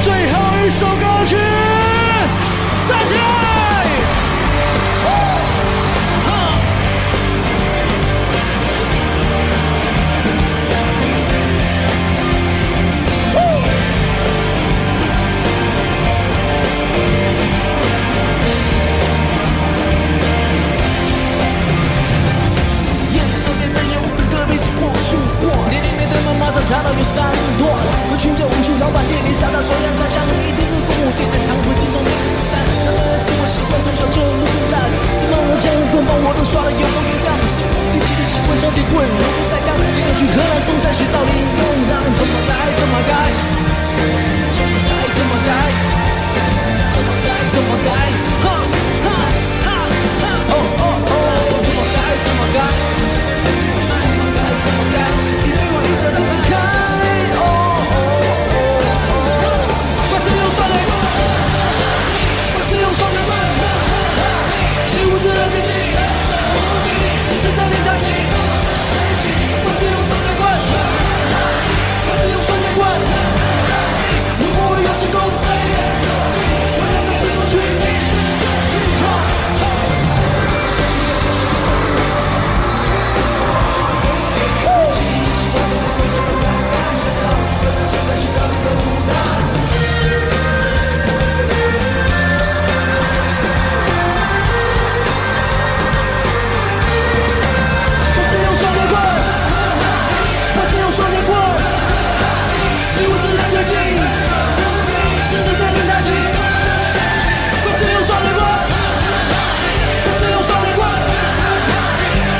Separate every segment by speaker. Speaker 1: 最后一首歌曲，站起来！
Speaker 2: 眼少年人有五个被识破数过，店里面的门马上查到有三朵，和群脚无趣，老板面临下到手要家乡一定是父母借在常回镜中的路上，然而自我习惯从小就路烂，是让人将棍棒我都刷的有模有样，是近期的习惯双截棍柔不带刚，要去河南嵩山学少林用当，怎么来怎么改，怎么改怎么改，怎么改怎么改，哈哈哈哈哦哦哦，怎么改怎么改。你对我一脚踢开，哦哦哦哦，我是用双腿蹦，我是用双腿蹦，是无知的自己，是时代的大敌，我是用双腿蹦，我是用双腿蹦，如果我有成功，我要带你过去，你是真情话。我是用双截棍，我是用双截棍，是无知的绝技，是时代的大旗。我是用双截棍，我是用双截棍，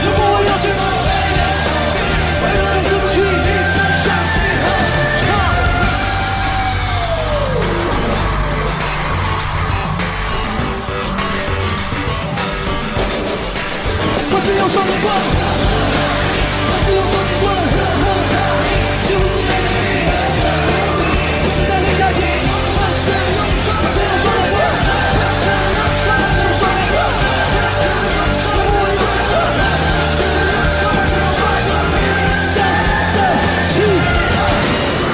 Speaker 2: 如果我有去，我永远出不去，一生向前。哈。我是用双截棍，我是用双截棍，是无敌的力量，是时代的大旗。我是用双截棍，我是用双截棍，我是用双截棍，我是用双截棍，我是用双截棍，三三七。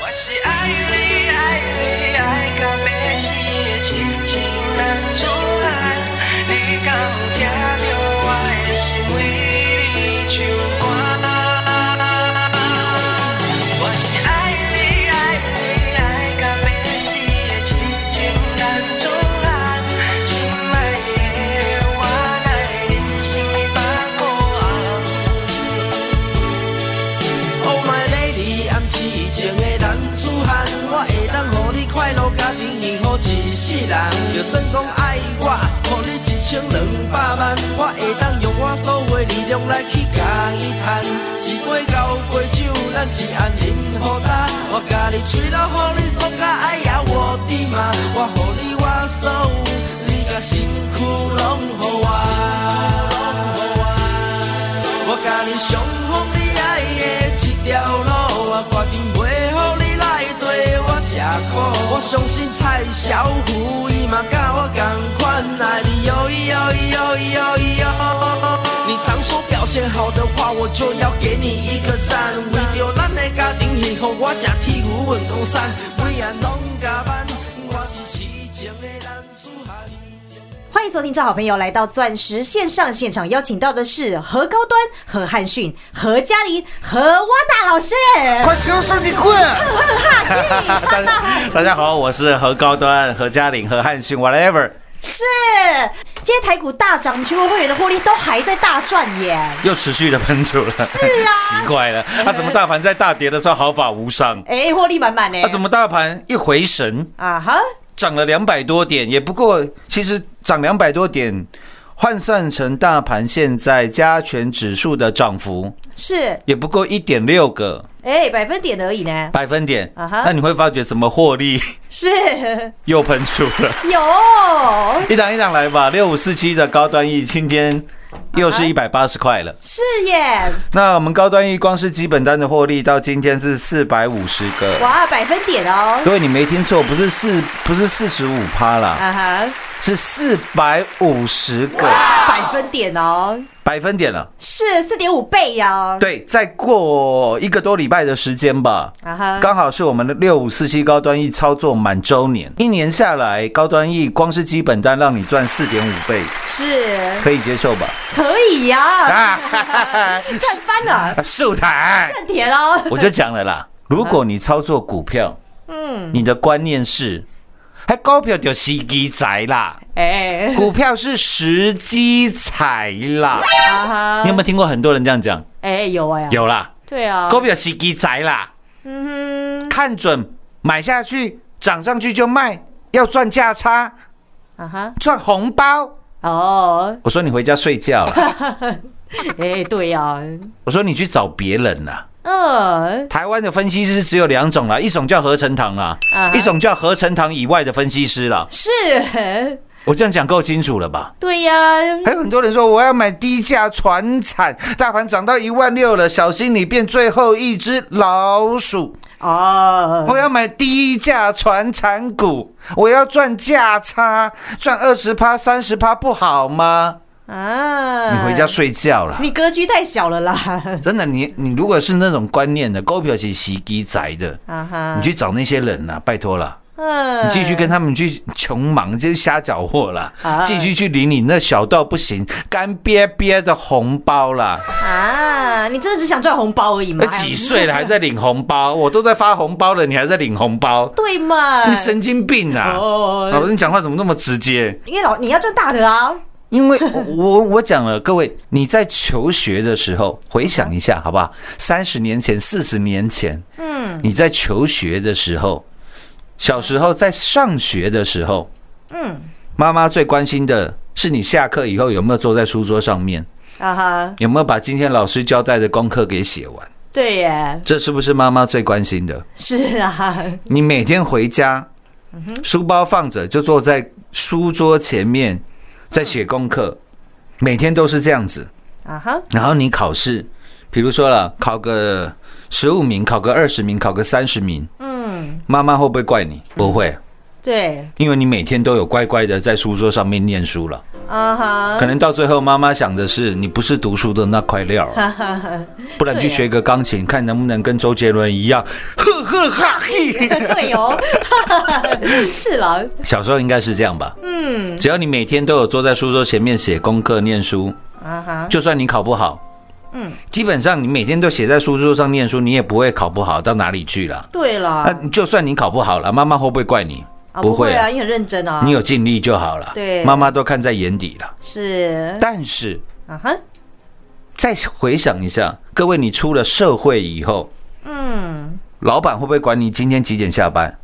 Speaker 3: 我是爱你，爱你，爱到要死的痴情男子汉。你敢有听到我的心为你唱歌？我是爱你，爱你，爱到要死的痴情男子汉。心爱的我，奈人生百苦红。
Speaker 2: Oh my lady，暗示情的男子汉，我会当互你快乐甲平幸福一世人。就算讲爱我，互你一千两百万，我会当用我所有的力量来去甲伊赚。一杯交杯酒，咱一暗饮好呾，我甲你吹到，互你爽甲爱呀我的妈，我互你我所有，你甲身躯拢互我。我甲你上好你爱的一条路，我决定袂予你来地我吃苦。我相信蔡小虎伊嘛甲我同款爱你哟哟哟哟哟。你常说表现好的话，我就要给你一个赞。为着咱的家庭幸福，我才铁牛运江山，每晚拢加班，我是痴情的男子汉。
Speaker 4: 欢迎收听《赵好朋友》来到钻石线上现场，邀请到的是何高端、何汉逊、何嘉玲、何蛙大老师。
Speaker 5: 快使用双截棍！大家 好，我是何高端、何嘉玲、何汉逊，whatever。
Speaker 4: 是，今天台股大涨，全国会员的获利都还在大赚耶。
Speaker 5: 又持续的喷出了，是
Speaker 4: 啊
Speaker 5: 奇怪了，他、怎么大盘在大跌的时候毫发无伤？
Speaker 4: 哎，获利满满呢
Speaker 5: 他、。啊怎么大盘一回神
Speaker 4: 啊哈，
Speaker 5: 涨了两百多点？也不过其实涨两百多点，换算成大盘现在加权指数的涨幅，
Speaker 4: 是，
Speaker 5: 也不过一点六个
Speaker 4: 哎，百分点而已呢。
Speaker 5: 百分点。
Speaker 4: 啊哈
Speaker 5: 那你会发觉怎么获利
Speaker 4: 是，
Speaker 5: 又喷出了？
Speaker 4: 有，
Speaker 5: 一档一档来吧，六五四七的高端 E 今天又是一百八十块了。
Speaker 4: 是耶。
Speaker 5: 那我们高端 E 光是基本单的获利到今天是四百五十个，
Speaker 4: 哇，百分点哦。
Speaker 5: 各位你没听错，不是四不是四十五趴啦，
Speaker 4: 啊哈，
Speaker 5: 是四百五十个
Speaker 4: 百分点哦，
Speaker 5: 百分点了。
Speaker 4: 是四点五倍哦。
Speaker 5: 对，再过一个多礼拜的时间吧，
Speaker 4: 啊哈，
Speaker 5: 刚好是我们的六五四七高端 E 操作满周年，一年下来高端 E 光是基本单让你赚四点五倍，
Speaker 4: 是
Speaker 5: 可以接受吧？
Speaker 4: 可以呀、
Speaker 5: 啊，哈哈哈
Speaker 4: 赚翻了，
Speaker 5: 树台。
Speaker 4: 赚铁喽。
Speaker 5: 我就讲了啦，如果你操作股票，嗯，你的观念是，还股票就时机财啦，
Speaker 4: 哎，
Speaker 5: 股票是时机财啦。
Speaker 4: 啊哈，
Speaker 5: 你有没有听过很多人这样讲？
Speaker 4: 哎，有哎，，
Speaker 5: 有啦，
Speaker 4: 对啊，
Speaker 5: 股票时机财啦，嗯，看准买下去，涨上去就卖，要赚价差，
Speaker 4: 啊哈，
Speaker 5: 赚红包。
Speaker 4: 哦，
Speaker 5: 我说你回家睡觉了，
Speaker 4: 哎，对呀，
Speaker 5: 我说你去找别人啦。
Speaker 4: 嗯，
Speaker 5: 台湾的分析师只有两种啦，一种叫合成堂啦
Speaker 4: 啊哈
Speaker 5: 一种叫合成堂以外的分析师啦。
Speaker 4: 是，
Speaker 5: 我这样讲够清楚了吧？
Speaker 4: 对呀，
Speaker 5: 还有很多人说我要买低价船产，大盘涨到一万六了，小心你变最后一只老鼠。
Speaker 4: 哦，
Speaker 5: 我要买低价船产股，我要赚价差，赚二十趴、三十趴不好吗？
Speaker 4: 啊，
Speaker 5: 你回家，睡觉了。
Speaker 4: 你格局太小了啦，
Speaker 5: 真的，你你如果是那种观念的，股票是洗鸡仔的，
Speaker 4: 啊哈，
Speaker 5: 你去找那些人啦、拜托了。
Speaker 4: 嗯，
Speaker 5: 你继续跟他们去穷忙，就是瞎搅和啦
Speaker 4: 啊，
Speaker 5: 继续去领你那小到不行、干瘪瘪的红包啦。
Speaker 4: 啊，你真的只想赚红包而已吗
Speaker 5: 那？几岁了还在领红包？我都在发红包了，你还在领红包？
Speaker 4: 对嘛？
Speaker 5: 你神经病啊！
Speaker 4: 哎哦
Speaker 5: 老师，你讲话怎么那么直接？
Speaker 4: 因为老你要赚大的啊，
Speaker 5: 因为我我我讲了，各位，你在求学的时候回想一下，好不好？三十年前、四十年前，嗯，你在求学的时候，小时候在上学的时候，嗯，妈妈最关心的是你下课以后有没有坐在书桌上面，
Speaker 4: 啊哈，
Speaker 5: 有没有把今天老师交代的功课给写完，
Speaker 4: 对耶，
Speaker 5: 这是不是妈妈最关心的？
Speaker 4: 是啊，
Speaker 5: 你每天回家，书包放着，就坐在书桌前面，在写功课，每天都是这样子。
Speaker 4: 啊哈，
Speaker 5: 然后你考试，比如说了，考个十五名，考个二十名，考个三十名，
Speaker 4: 嗯，
Speaker 5: 妈妈会不会怪你？不会，
Speaker 4: 对，
Speaker 5: 因为你每天都有乖乖的在书桌上面念书了。
Speaker 4: 啊哈，
Speaker 5: 可能到最后，妈妈想的是你不是读书的那块料啊，不然去学个钢琴，看能不能跟周杰伦一样，呵呵哈嘿。
Speaker 4: 对哦， 是啦，
Speaker 5: 小时候应该是这样吧？嗯，只要你每天都有坐在书桌前面写功课、念书，
Speaker 4: 啊哈，
Speaker 5: 就算你考不好，嗯，基本上你每天都写在书桌上念书，你也不会考不好到哪里去了。
Speaker 4: 对
Speaker 6: 啊
Speaker 5: 那、
Speaker 4: 啦，
Speaker 5: 就算你考不好了，妈妈会不会怪你？
Speaker 4: 啊不会啊，你很认真啊，
Speaker 5: 你有尽力就好了。
Speaker 4: 对嗯
Speaker 5: 妈妈都看在眼底了。
Speaker 4: 是
Speaker 5: 但是
Speaker 4: 啊哈，
Speaker 5: 再回想一下，各位，你出了社会以后，
Speaker 4: 嗯
Speaker 5: 老板会不会管你今天几点下班？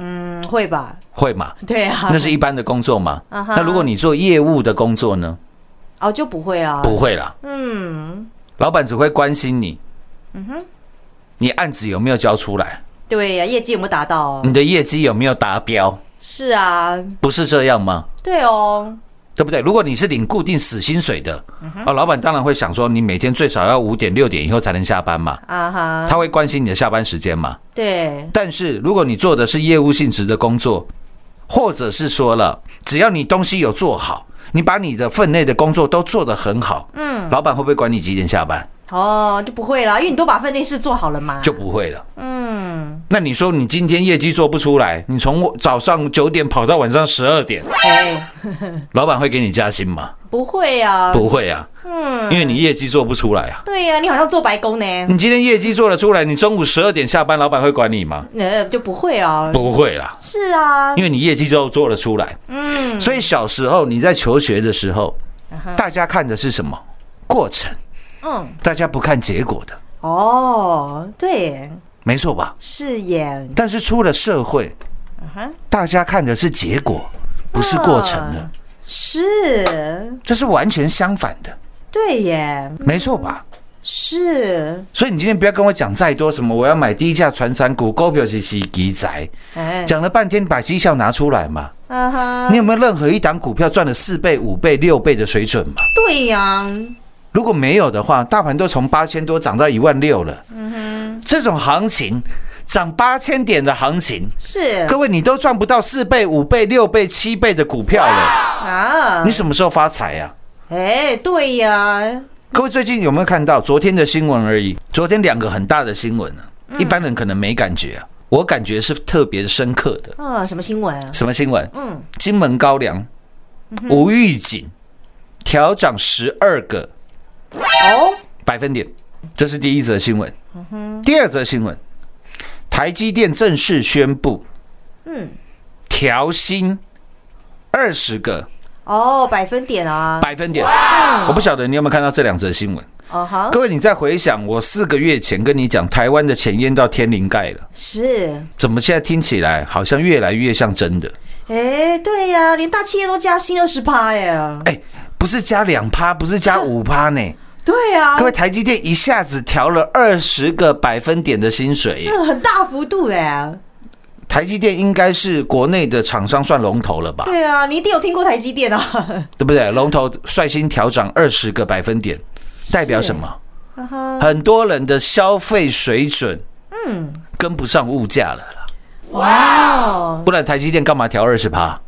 Speaker 4: 嗯，会吧？
Speaker 5: 会嘛？
Speaker 4: 对啊，
Speaker 5: 那是一般的工作嘛。
Speaker 4: 啊哈
Speaker 5: 那如果你做业务的工作呢？
Speaker 4: 哦就不会啊，
Speaker 5: 不会啦。
Speaker 4: 嗯，
Speaker 5: 老板只会关心你，嗯哼，你案子有没有交出来，
Speaker 4: 对呀，业绩有没有达到？
Speaker 5: 你的业绩有没有达标，
Speaker 4: 是啊，
Speaker 5: 不是这样吗？
Speaker 4: 对哦，
Speaker 5: 对不对？如果你是领固定死薪水的，啊，老板当然会想说，你每天最少要五点六点以后才能下班嘛，
Speaker 4: 啊哈，
Speaker 5: 他会关心你的下班时间嘛。
Speaker 4: 对，
Speaker 5: 但是如果你做的是业务性质的工作，或者是说了，只要你东西有做好，你把你的分内的工作都做得很好，嗯，老板会不会管你几点下班？
Speaker 4: 哦就不会啦，因为你都把分内事做好了嘛，
Speaker 5: 就不会了。
Speaker 4: 嗯嗯，
Speaker 6: 那你说你今天业绩做不出来，你从早上九点跑到晚上十二点，
Speaker 4: 哎，
Speaker 6: 老板会给你加薪吗？
Speaker 4: 不会啊，
Speaker 6: 不会啊，
Speaker 4: 嗯，
Speaker 6: 因为你业绩做不出来啊。
Speaker 4: 对呀、你好像做白工呢，
Speaker 6: 你今天业绩做得出来，你中午十二点下班，老板会管你吗？
Speaker 4: 呃，就不会啊，
Speaker 6: 不会啦，
Speaker 4: 是啊
Speaker 6: 因，为你业绩都做得出来。
Speaker 4: 嗯，
Speaker 6: 所以小时候你在求学的时候，大家看的是什么过程？
Speaker 4: 嗯，
Speaker 6: 大家不看结果的，
Speaker 4: 哦，对，
Speaker 6: 没错吧？
Speaker 4: 是耶，
Speaker 6: 但是出了社会，
Speaker 4: 嗯哼
Speaker 6: 大家看的是结果，不是过程了，
Speaker 4: 啊是，
Speaker 6: 这是完全相反的，
Speaker 4: 对耶，
Speaker 6: 没错吧？
Speaker 4: 是，
Speaker 6: 所以你今天不要跟我讲再多什么，我要买低价传产股，股票是是鸡仔，
Speaker 4: 哎，
Speaker 6: 讲了半天把绩效拿出来嘛？
Speaker 4: 嗯哼，
Speaker 6: 你有没有任何一档股票赚了四倍、五倍、六倍的水准嘛？
Speaker 4: 对呀、
Speaker 6: 如果没有的话，大盘都从八千多涨到一万六了。这种行情，涨八千点的行情，
Speaker 4: 是
Speaker 6: 各位你都赚不到四倍、五倍、六倍、七倍的股票了，
Speaker 4: 啊
Speaker 6: 你，什么时候发财呀、
Speaker 4: 哎，对呀、
Speaker 6: 各位最近有没有看到昨天的新闻而已？昨天两个很大的新闻啊，
Speaker 4: 嗯
Speaker 6: 一般人可能没感觉啊，我感觉是特别深刻的。
Speaker 4: 啊，什么新闻啊？
Speaker 6: 什么新闻？
Speaker 4: 嗯，
Speaker 6: 金门高粱无预警调涨十二个
Speaker 4: 哦，嗯
Speaker 6: 百分点，这是第一则新闻。第二则新闻，台积电正式宣布，
Speaker 4: 嗯，
Speaker 6: 调薪二十个
Speaker 4: 哦，百分点啊，
Speaker 6: 百分点。我不晓得你有没有看到这两则新闻。
Speaker 4: 哦哈，
Speaker 6: 各位，你再回想我四个月前跟你讲，台湾的钱淹到天灵盖了，
Speaker 4: 是，
Speaker 6: 怎么现在听起来好像越来越像真的？
Speaker 4: 哎，对呀、连大企业都加薪二十趴耶，
Speaker 6: 哎，不是加两趴，不是加五趴呢。
Speaker 4: 对呀、
Speaker 6: 各位，台积电一下子调了二十个百分点的薪水耶，
Speaker 4: 那很大幅度哎，
Speaker 6: 台积电应该是国内的厂商算龙头了吧？
Speaker 4: 对啊，你一定有听过台积电啊，
Speaker 6: 对不对？龙头率先调涨二十个百分点，代表什么？很多人的消费水准，嗯，跟不上物价了啦。
Speaker 4: 哇，
Speaker 6: 不然台积电干嘛调二十趴？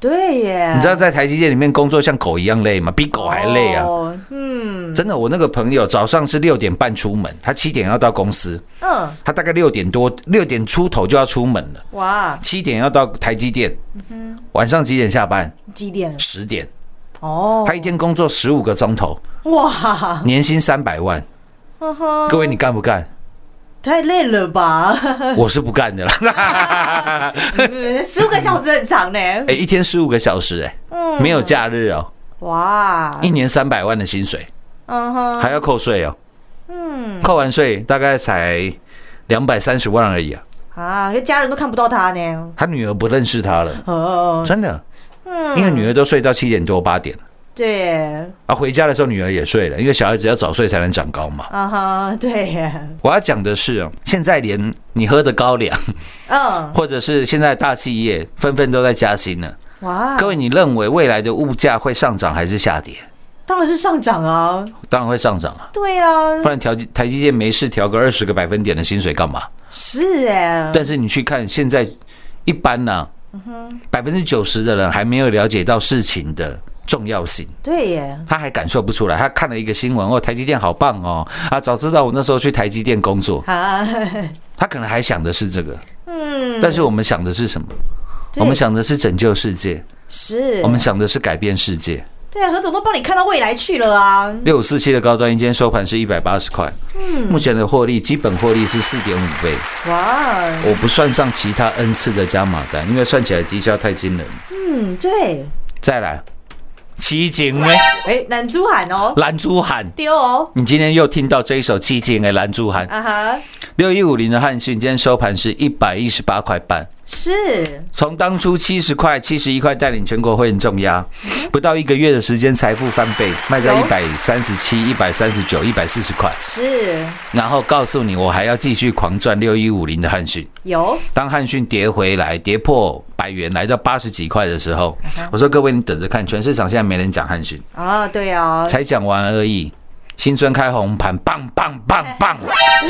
Speaker 4: 对耶，
Speaker 6: 你知道在台积电里面工作像狗一样累吗？比狗还累啊！
Speaker 4: 嗯哦嗯
Speaker 6: 真的，我那个朋友早上是六点半出门，他七点要到公司，
Speaker 4: 嗯，
Speaker 6: 他大概六点多、六点出头就要出门了，
Speaker 4: 哇，
Speaker 6: 七点要到台积电，
Speaker 4: 嗯
Speaker 6: 晚上几点下班？
Speaker 4: 几点？
Speaker 6: 十点。
Speaker 4: 哦，
Speaker 6: 他一天工作十五个钟头，
Speaker 4: 哇，
Speaker 6: 年薪三百万。
Speaker 4: 呵呵，
Speaker 6: 各位，你干不干？
Speaker 4: 太累了吧？
Speaker 6: 我是不干的 啦。
Speaker 4: 十五个小时很长呢，
Speaker 6: 哎、一天十五个小时、哎、
Speaker 4: 嗯
Speaker 6: 没有假日哦，
Speaker 4: 哇，
Speaker 6: 一年三百万的薪水，
Speaker 4: 嗯哼，
Speaker 6: 还要扣税哦。嗯，扣完税大概才两百三十万而已啊。
Speaker 4: 啊，这家人都看不到他呢，
Speaker 6: 他女儿不认识他了，
Speaker 4: 哦，嗯
Speaker 6: 真的。因为女儿都睡到七点多八点了
Speaker 4: 对，
Speaker 6: 啊，回家的时候女儿也睡了，因为小孩子要早睡才能长高嘛。
Speaker 4: 啊哈，对耶，
Speaker 6: 我要讲的是哦，现在连你喝的高粱，
Speaker 4: 嗯，
Speaker 6: 或者是现在大企业纷纷都在加薪了。
Speaker 4: 哇，
Speaker 6: 各位，你认为未来的物价会上涨还是下跌？
Speaker 4: 当然是上涨啊，
Speaker 6: 当然会上涨啊。
Speaker 4: 对啊
Speaker 6: 不，然调台积电没事调个二十个百分点的薪水干嘛？
Speaker 4: 是哎，
Speaker 6: 但是你去看现在一般呢、百分之九十的人还没有了解到事情的重要性，
Speaker 4: 对耶，
Speaker 6: 他还感受不出来。他看了一个新闻哦，台积电好棒哦，啊，早知道我那时候去台积电工作，
Speaker 4: 啊，
Speaker 6: 他可能还想的是这个。
Speaker 4: 嗯，
Speaker 6: 但是我们想的是什么？
Speaker 4: 对
Speaker 6: 我们想的是拯救世界，
Speaker 4: 是，
Speaker 6: 我们想的是改变世界。
Speaker 4: 对啊，何总都帮你看到未来去了啊，
Speaker 6: 六五四七的高端，今天收盘是一百八十块，
Speaker 4: 嗯
Speaker 6: 目前的获利基本获利是四点五倍。
Speaker 4: 哇，
Speaker 6: 我不算上其他 N 次的加码单，因为算起来绩效太惊人。
Speaker 4: 嗯，对，
Speaker 6: 再来，齐景威
Speaker 4: 哎，男珠喊哦，
Speaker 6: 蓝珠喊，
Speaker 4: 丢哦，
Speaker 6: 你今天又听到这一首齐景威蓝珠喊。
Speaker 4: 啊哈，
Speaker 6: 六一五零的汉讯今天收盘是一百一十八块半，
Speaker 4: 是，
Speaker 6: 从当初七十块、七十一块带领全国会员重压，不到一个月的时间财富翻倍，卖在
Speaker 4: 有
Speaker 6: 一百三十七、一百三十九、一百四十块，
Speaker 4: 是，
Speaker 6: 然后告诉你我还要继续狂赚六一五零的汉讯。
Speaker 4: 有，
Speaker 6: 当汉讯跌回来，跌破百元，来到八十几块的时候，
Speaker 4: 嗯
Speaker 6: 我说各位你等着看，全市场现在没人讲汉讯，
Speaker 4: 啊，对啊，
Speaker 6: 才讲完而已。新春开红盘，棒棒棒棒，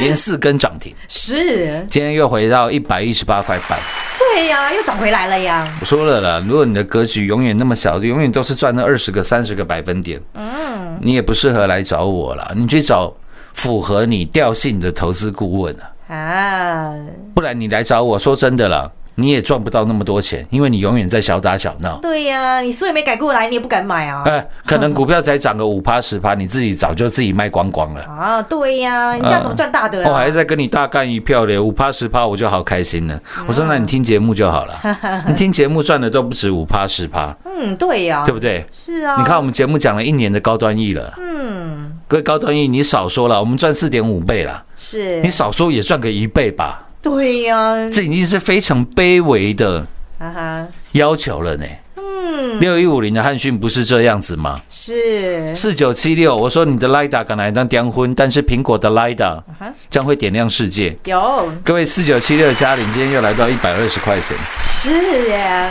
Speaker 6: 连四根涨停，
Speaker 4: 是，
Speaker 6: 今天又回到一百一十八块半。
Speaker 4: 对呀，又涨回来了呀。
Speaker 6: 我说了啦，如果你的格局永远那么小，永远都是赚那二十个、三十个百分点，嗯，你也不适合来找我了。你去找符合你调性的投资顾问啊。
Speaker 4: 啊，
Speaker 5: 不然你来找我说真的了，你也赚不到那么多钱，因为你永远在小打小闹。
Speaker 4: 对呀、你书也没改过来，你也不敢买啊。
Speaker 5: 哎，可能股票才涨个五趴十趴，你自己早就自己卖光光了。
Speaker 4: 啊，对呀、你这样怎么赚大的
Speaker 5: 我还
Speaker 4: 啦？
Speaker 5: 在跟你大干一票嘞，五趴十趴我就好开心了。我说那你听节目就好 了，你听节目赚的都不止五趴十趴，
Speaker 4: 嗯，对呀、
Speaker 5: 对不对？
Speaker 4: 是啊。
Speaker 5: 你看我们节目讲了一年的高端 E 了，嗯，各位高端 E 你少说了，我们赚四点五倍了，
Speaker 4: 是
Speaker 5: 你，少说也赚个一倍吧，
Speaker 4: 对呀、
Speaker 5: 这已经是非常卑微的
Speaker 4: 哈哈，
Speaker 5: 要求了呢。嗯，六一五
Speaker 6: 啊
Speaker 5: 零的汉讯不是这样子吗？
Speaker 4: 是，
Speaker 5: 四九七六，我说你的 Lida 敢来当颠婚，但是苹果的 Lida
Speaker 4: 哈
Speaker 5: 将会点亮世界。
Speaker 4: 有，
Speaker 5: 各位四九七六的嘉玲今天又来到一百二十块钱，
Speaker 4: 是呀，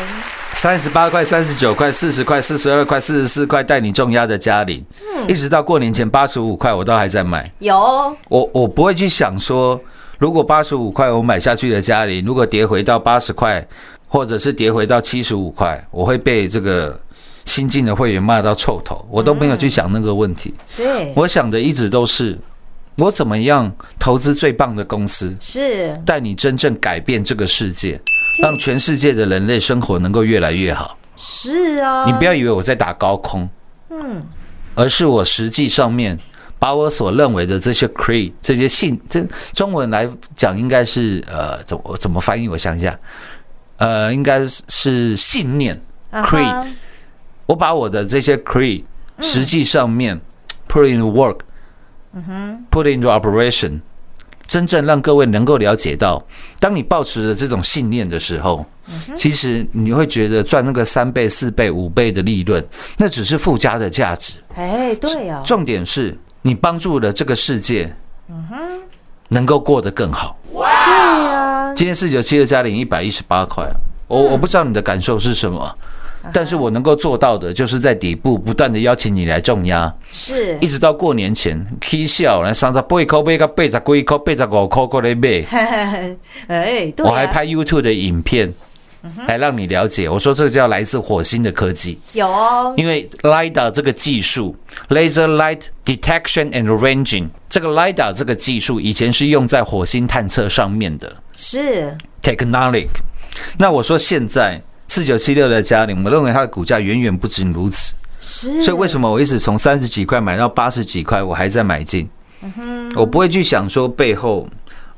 Speaker 5: 三十八块、三十九块、四十块、四十二块、四十四块，带你重压的嘉玲，一直到过年前八十五块，我都还在买。
Speaker 4: 有，
Speaker 5: 我我不会去想说，如果八十五块我买下去的嘉玲，如果跌回到八十块，或者是跌回到七十五块，我会被这个新进的会员骂到臭头，我都没有去想那个问题。
Speaker 4: 对，
Speaker 5: 我想的一直都是，我怎么样投资最棒的公司，
Speaker 4: 是，
Speaker 5: 带你真正改变这个世界，让全世界的人类生活能够越来越好。
Speaker 4: 是啊，
Speaker 5: 你不要以为我在打高空，嗯，而是我实际上面把我所认为的这些 creed 这些信，这中文来讲应该是呃怎么怎么翻译？我想一下，呃，应该是信念
Speaker 4: 啊哈
Speaker 5: creed，、我把我的这些 creed 实际上面 put in work，、put into operation，真正让各位能够了解到，当你保持着这种信念的时候，其实你会觉得赚那个三倍、四倍、五倍的利润，那只是附加的价值。
Speaker 4: 哎，对呀、
Speaker 5: 重点是你帮助了这个世界，能够过得更好。
Speaker 4: 对呀、
Speaker 5: 今天四九七的加零一百一十八块啊，我我不知道你的感受是什么，但是我能够做到的就是在底部不断的邀请你来重压，
Speaker 4: 是
Speaker 5: 一，直到过年前，K 笑来上到八块八到八十几块，八十五块过来买，
Speaker 4: 哎，对、啊，
Speaker 5: 我还拍 YouTube 的影片。来让你了解，我说这叫来自火星的科技，
Speaker 4: 有哦，
Speaker 5: 因为 LiDAR 这个技术 （Laser Light Detection and Ranging） 这个 LiDAR 这个技术以前是用在火星探测上面的，
Speaker 4: 是
Speaker 5: Technolic。那我说现在四九七六的嘉玲，我们认为它的股价远远不止如此，
Speaker 4: 是，
Speaker 5: 所以为什么我一直从三十几块买到八十几块，我还在买进？我不会去想说背后。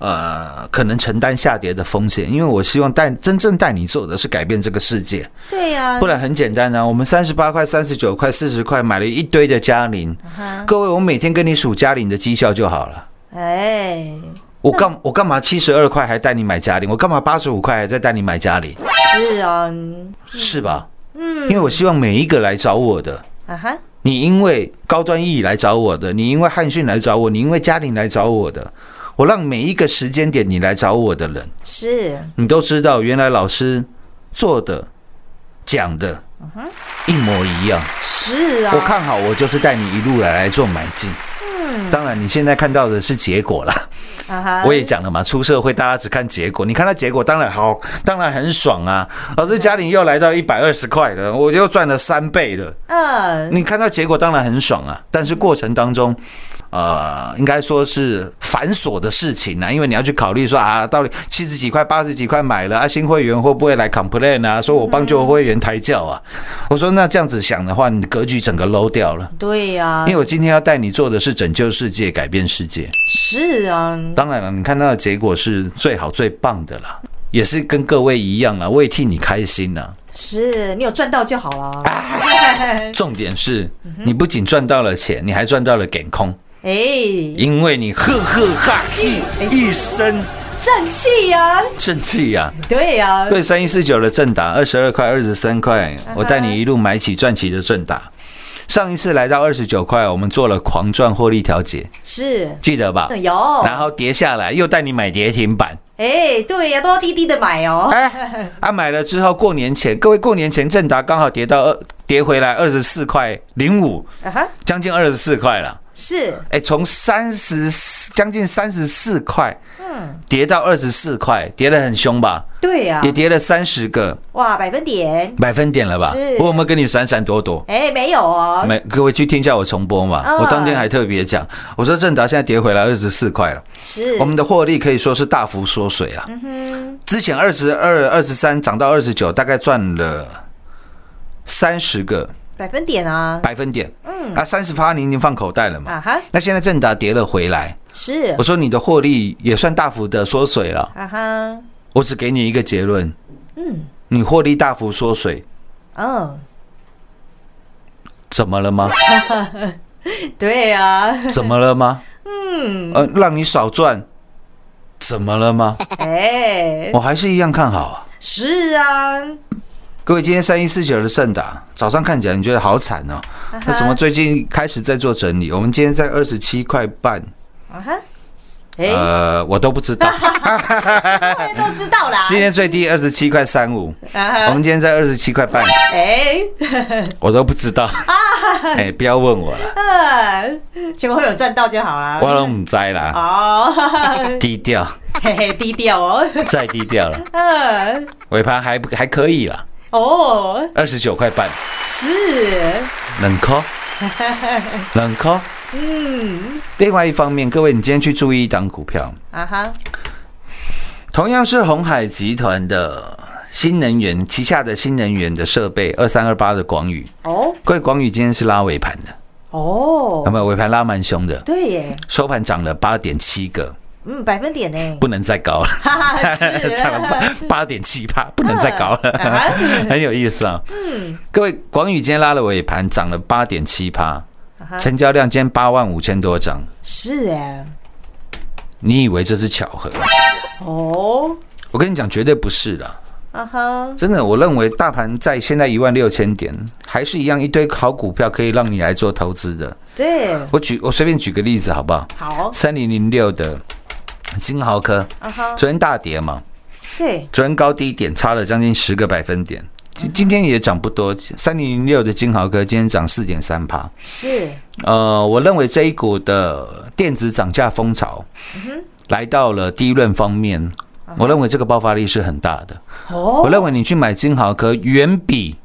Speaker 5: 呃，可能承担下跌的风险，因为我希望带真正带你做的是改变这个世界，
Speaker 4: 对呀、
Speaker 5: 不然很简单啊。我们三十八块、三十九块、四十块买了一堆的嘉玲，各位，我每天跟你数嘉玲的绩效就好了。
Speaker 4: 哎，
Speaker 5: 我干我干嘛七十二块还带你买嘉玲？我干嘛八十五块还在带你买嘉玲？
Speaker 4: 是啊，
Speaker 5: 是吧？嗯，因为我希望每一个来找我的，
Speaker 4: 啊哈，
Speaker 5: 你因为高端意义来找我的，你因为汉讯来找我，你因为嘉玲来找我的，我让每一个时间点你来找我的人，
Speaker 4: 是
Speaker 5: 你都知道，原来老师做的、讲的，一模一样。
Speaker 4: 是啊，
Speaker 5: 我看好，我就是带你一路来来做买进。当然，你现在看到的是结果啦。
Speaker 4: 啊哈，
Speaker 5: 我也讲了嘛，出社会大家只看结果，你看到结果当然好，当然很爽啊。老师家里又来到一百二十块了，我又赚了三倍了。
Speaker 4: 嗯、
Speaker 5: 你看到结果当然很爽啊，但是过程当中，呃，应该说是繁琐的事情啊，因为你要去考虑说啊，到底七十几块、八十几块买了啊，新会员会不会来 complain 啊，说我帮旧会员抬轿啊？我说那这样子想的话，你的格局整个 low 掉了。
Speaker 4: 对呀、
Speaker 5: 因为我今天要带你做的是拯救世界、改变世界。
Speaker 4: 是啊，
Speaker 5: 当然了，你看到的结果是最好最棒的啦，也是跟各位一样啦，我也替你开心啦。
Speaker 4: 是你有赚到就好啊。
Speaker 5: 重点是，你不仅赚到了钱，你还赚到了点空，
Speaker 4: 哎，
Speaker 5: 因为你呵呵哈一一身
Speaker 4: 正气呀、
Speaker 5: 正气呀、
Speaker 4: 对呀、
Speaker 5: 对，三一四九的正达二十二块、二十三块，我带你一路买起赚起的正达。上一次来到二十九块，我们做了狂赚获利调节，
Speaker 4: 是
Speaker 5: 记得吧？
Speaker 4: 有，
Speaker 5: 然后跌下来，又带你买跌停板。
Speaker 4: 哎，对呀、都要低低的买哦。
Speaker 5: 哎，啊，买了之后过年前，各位过年前正达刚好跌到二，跌回来二十四块零五，
Speaker 4: 啊哈，
Speaker 5: 将近二十四块了。
Speaker 4: 是
Speaker 5: 哎，从三十将近三十四块，嗯，跌到二十四块，跌得很凶吧？
Speaker 4: 对呀、啊
Speaker 5: 也，跌了三十个
Speaker 4: 哇，百分点，
Speaker 5: 百分点了吧
Speaker 4: 是？
Speaker 5: 我有没有跟你闪闪躲躲？
Speaker 4: 哎，没有哦，
Speaker 5: 没，各位去听一下我重播嘛。
Speaker 4: 嗯
Speaker 5: 我当天还特别讲，我说正达现在跌回来二十四块了，
Speaker 4: 是
Speaker 5: 嗯
Speaker 4: 嗯
Speaker 5: 我们的获利可以说是大幅缩水了。之前二十二、二十三涨到二十九，大概赚了三十个
Speaker 4: 百分点啊，
Speaker 5: 百分点。嗯，啊，三十趴你已经放口袋了
Speaker 4: 啊
Speaker 5: 嘛？
Speaker 4: 哈，
Speaker 5: 那现在正达跌了回来，
Speaker 4: 是
Speaker 5: 我说你的获利也算大幅的缩水了。
Speaker 4: 啊哈，
Speaker 5: 我只给你一个结论，嗯，你获利大幅缩水，
Speaker 4: 嗯，
Speaker 5: 怎么了吗？
Speaker 4: 对啊，
Speaker 5: 怎么了吗？嗯，呃，让你少赚，怎么了吗？
Speaker 4: 哎，
Speaker 5: 我还是一样看好啊。
Speaker 4: 是啊，
Speaker 5: 各位，今天三一四九的盛达，早上看起来你觉得好惨哦，那怎么最近开始在做整理？我们今天在二十七块半，
Speaker 4: 啊哈，哎，
Speaker 5: 呃，我都不知道。
Speaker 4: 大家都知道啦，
Speaker 5: 哎今哦天最低二十七块三五，我
Speaker 4: 啊哈，
Speaker 5: 们今天在二十七块半，
Speaker 4: 哎，
Speaker 5: 我都不知道。哎，不要问我了，
Speaker 4: 嗯，结果会有赚到就好啦。
Speaker 5: 我都唔知啦，
Speaker 4: 哦， 哈哈
Speaker 5: 低调，
Speaker 4: 嘿嘿，低调哦，
Speaker 5: 再低调了。
Speaker 4: 嗯，
Speaker 5: 尾盘还还可以啦，
Speaker 4: 哦，
Speaker 5: 二十九块半，
Speaker 4: 是，
Speaker 5: 冷扣，冷扣。
Speaker 4: 嗯，
Speaker 5: 另外一方面，各位，你今天去注意一档股票，
Speaker 4: 啊哈，
Speaker 5: 同样是红海集团的新能源旗下的新能源的设备二三二八的广宇，
Speaker 4: 哦，
Speaker 5: 各位，广宇今天是拉尾盘的，有
Speaker 4: 哦，
Speaker 5: 没有？尾盘拉蛮凶的，
Speaker 4: 对耶，
Speaker 5: 收盘涨了八点七个，
Speaker 4: 嗯，百分点 呢，
Speaker 5: 不能再高了。
Speaker 4: 哈哈，是，啊
Speaker 5: 涨了八八点七八，不能再高 了， 很有意思啊。
Speaker 4: 嗯
Speaker 5: 各位，广宇今天拉了尾盘，涨了八点七趴，
Speaker 4: 啊
Speaker 5: 成交量今天八万五千多张。
Speaker 4: 是哎，
Speaker 5: 你以为这是巧合？
Speaker 4: 哦，
Speaker 5: 我跟你讲，绝对不是的。
Speaker 4: 啊哈，
Speaker 5: 真的，我认为大盘在现在一万六千点，还是一样一堆好股票可以让你来做投资的。
Speaker 4: 对，
Speaker 5: 我举我随便举个例子好不好？
Speaker 4: 好，
Speaker 5: 三零零六的金豪科，
Speaker 4: 啊哈，
Speaker 5: 昨天大跌嘛，
Speaker 4: 对，
Speaker 5: 昨天高低点差了将近十个百分点，今今天也涨不多，三零零六的金豪科今天涨四点三趴。
Speaker 4: 是，
Speaker 5: 呃，我认为这一股的电子涨价风潮来到了第一轮方面，我认为这个爆发力是很大的。
Speaker 4: 哦
Speaker 5: 我认为你去买金豪科远比，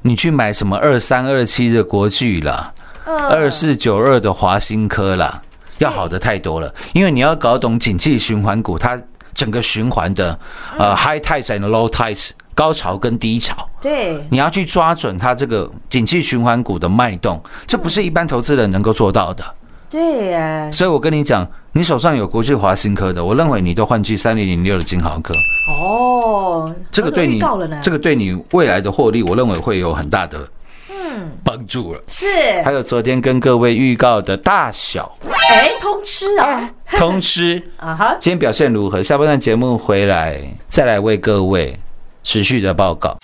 Speaker 5: 你去买什么二三二七的国巨啦，二四九二的华新科啦，要好的太多了。因为你要搞懂景气循环股，它整个循环的呃 high tides and low tides 高潮跟低潮，
Speaker 4: 对，
Speaker 5: 你要去抓准它这个景气循环股的脉动，这不是一般投资人能够做到的。
Speaker 4: 对呀，
Speaker 5: 所以我跟你讲，你手上有国巨、华新科的，我认为你都换去三零零六的金豪科。
Speaker 4: 哦，
Speaker 5: 这个对
Speaker 4: 我怎么预
Speaker 5: 你
Speaker 4: 告了呢，
Speaker 5: 这个对你未来的获利，我认为会有很大的嗯帮助了。
Speaker 4: 是，
Speaker 5: 还有昨天跟各位预告的大小
Speaker 4: 哎，通吃啊，
Speaker 5: 通吃，
Speaker 4: 啊哈，
Speaker 5: 今天表现如何？下半段节目回来再来为各位持续的报告。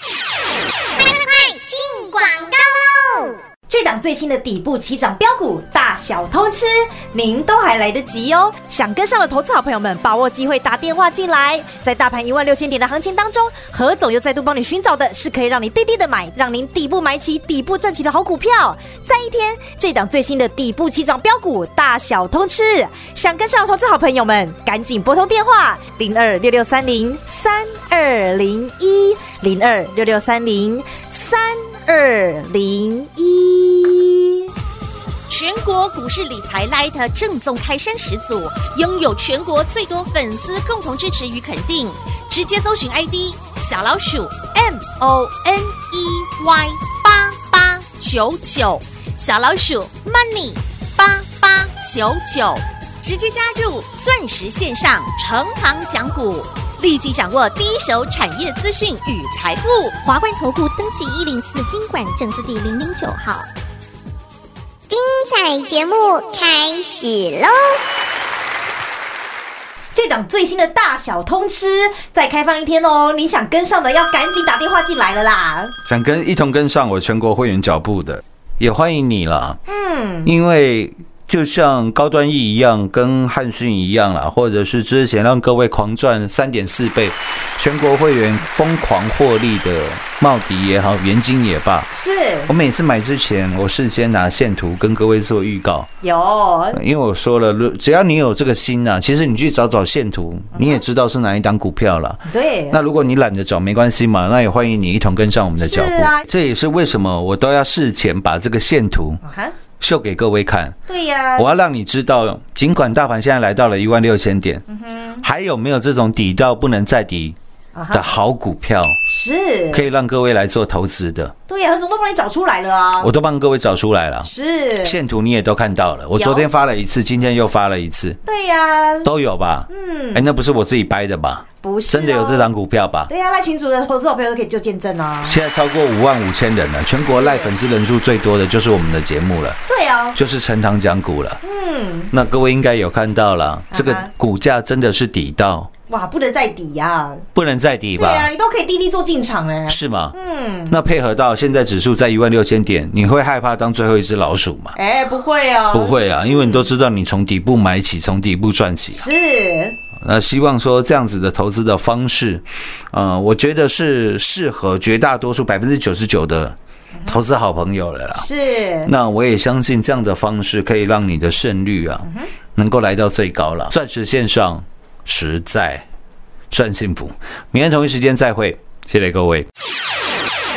Speaker 7: 进广告喽！
Speaker 4: 这档最新的底部起涨标股大小通吃，您都还来得及哦！想跟上的投资好朋友们，把握机会打电话进来。在大盘一万六千点的行情当中，何总又再度帮你寻找的是可以让你低低的买，让您底部买起、底部赚起的好股票。在一天，这档最新的底部起涨标股大小通吃，想跟上的投资好朋友们，赶紧拨通电话零二六六三零三二零一零二六六三零三。二零一。
Speaker 7: 全国股市理财 Light 正宗开山始祖，拥有全国最多粉丝共同支持与肯定。直接搜寻 ID 小老鼠 M O N E Y 八八九九，小老鼠 Money 八八九九，直接加入钻石线上成堂讲股，立即掌握第一手产业资讯与财富。华冠投顾登记一零四经管证字第零零九号。
Speaker 8: 彩节目开始喽！
Speaker 4: 这档最新的大小通吃再开放一天哦，你想跟上的要赶紧打电话进来了啦！
Speaker 5: 想跟一同跟上我全国会员脚步的，也欢迎你了。嗯，因为。就像高端 E 一样，跟汉讯一样啦，或者是之前让各位狂赚三点四倍，全国会员疯狂获利的茂迪也好，元金也罢，
Speaker 4: 是
Speaker 5: 我每次买之前，我事先拿线图跟各位做预告，
Speaker 4: 有
Speaker 5: 因为我说了，如只要你有这个心啊，其实你去找找线图，你也知道是哪一档股票了。
Speaker 4: 对，
Speaker 5: 那如果你懒得找没关系嘛，那也欢迎你一同跟上我们的脚步。
Speaker 4: 是啊
Speaker 5: 这也是为什么我都要事前把这个线图
Speaker 4: 啊哈
Speaker 5: 秀给各位看，
Speaker 4: 对呀、
Speaker 5: 我要让你知道，尽管大盘现在来到了一万六千点，
Speaker 4: 嗯
Speaker 5: 还有没有这种底到不能再底
Speaker 4: 啊哈，
Speaker 5: 的好股票，
Speaker 4: 是，
Speaker 5: 可以让各位来做投资的，
Speaker 4: 对呀、何总都帮你找出来了啊，
Speaker 5: 我都帮各位找出来了。
Speaker 4: 是，
Speaker 5: 线图你也都看到了，我昨天发了一次，今天又发了一次，
Speaker 4: 对呀、
Speaker 5: 都有吧？嗯，哎，那不是我自己掰的吧？
Speaker 4: 不是、哦
Speaker 5: 真的有这，档股票吧？
Speaker 4: 对呀、赖群主的投资好朋友都可以做见证啊，
Speaker 5: 现在超过五万五千人了，全国赖粉丝人数最多的就是我们的节目了，
Speaker 4: 对啊，
Speaker 5: 就是陈塘讲股了。
Speaker 4: 嗯，啊
Speaker 5: 那各位应该有看到了，这个股价真的是底到
Speaker 4: 哇，不能再抵呀、
Speaker 5: 不能再底
Speaker 4: 对呀、
Speaker 5: 吧？
Speaker 4: 你都可以滴滴做进场啊嘞，
Speaker 5: 是吗？
Speaker 4: 嗯，
Speaker 5: 那配合到现在指数在一万六千点，你会害怕当最后一只老鼠吗？
Speaker 4: 哎、不会哦，
Speaker 5: 不，会啊，因为你都知道你从底部买起，从底部赚起啊。
Speaker 4: 是，
Speaker 5: 那希望说这样子的投资的方式，呃，我觉得是适合绝大多数百分之九十九的投资好朋友了啦。
Speaker 4: 是，
Speaker 5: 那我也相信这样的方式可以让你的胜率啊，能够来到最高了。钻石线上实在赚幸福，明天同一时间再会，谢谢各位。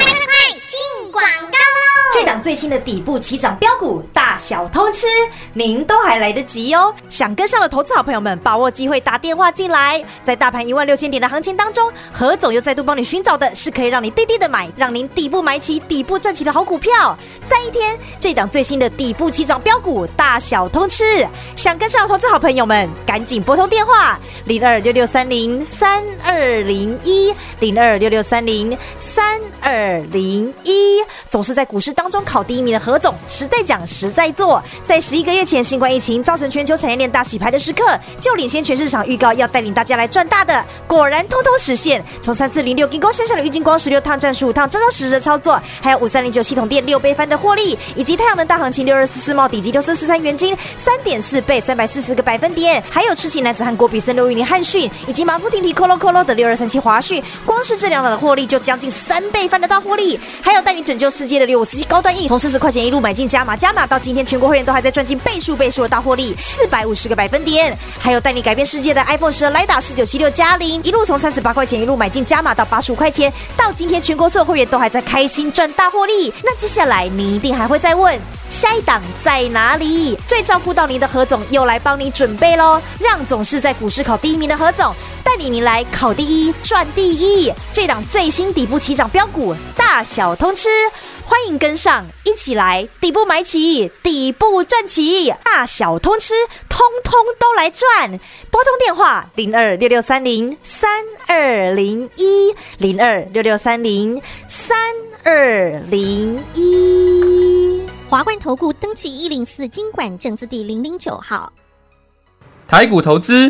Speaker 8: 快进广告喽！
Speaker 4: 这档最新的底部起涨标股，大小偷吃，您都还来得及哦！想跟上的投资好朋友们，把握机会打电话进来。在大盘一万六千点的行情当中，何总又再度帮你寻找的是可以让你低低的买，让您底部买起、底部赚起的好股票。再一天，这档最新的底部起涨标股，大小通吃，想跟上的投资好朋友们，赶紧拨通电话零二六六三零三二零一零二六六三零三二零一。总是在股市当中考第一名的何总，实在讲实在做，在十一个月前新冠疫情造成全球产业链大洗牌的时刻，就领先全市场预告要带领大家来赚大的，果然通通实现。从三四零六金光身上的郁金光十六趟赚十五趟，扎扎实实的操作，还有五三零九系统店六倍翻的获利，以及太阳能大行情六二四四茂底及六四四三元金三点四倍三百四十个百分点，还有痴情男子汉郭比森六一零汉讯，以及马不停蹄 Colo Colo 的六二三七华讯，光是这两档的获利就将近三倍翻得到获利，还有带你拯救世界的六五四七高端 E，从四十块钱一路买进加码加码，到今天全国会员都还在赚进倍数倍数的大获利，四百五十个百分点，还有带你改变世界的 iPhone 十二 Lida 四九七六加零，一路从三十八块钱一路买进加码到八十五块钱，到今天全国所有会员都还在开心赚大获利。那接下来你一定还会再问。下一档在哪里？最照顾到您的何总又来帮你准备喽，让总是在股市考第一名的何总带领您来考第一、赚第一。这档最新底部起涨标股，大小通吃，欢迎跟上，一起来底部买起，底部赚起，大小通吃，通通都来赚。拨通电话零二六六三零三二零一零二六六三零三二零一。
Speaker 8: 华冠投顾登记一零四经管证字第零零九号。
Speaker 9: 台股投资，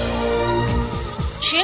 Speaker 7: 全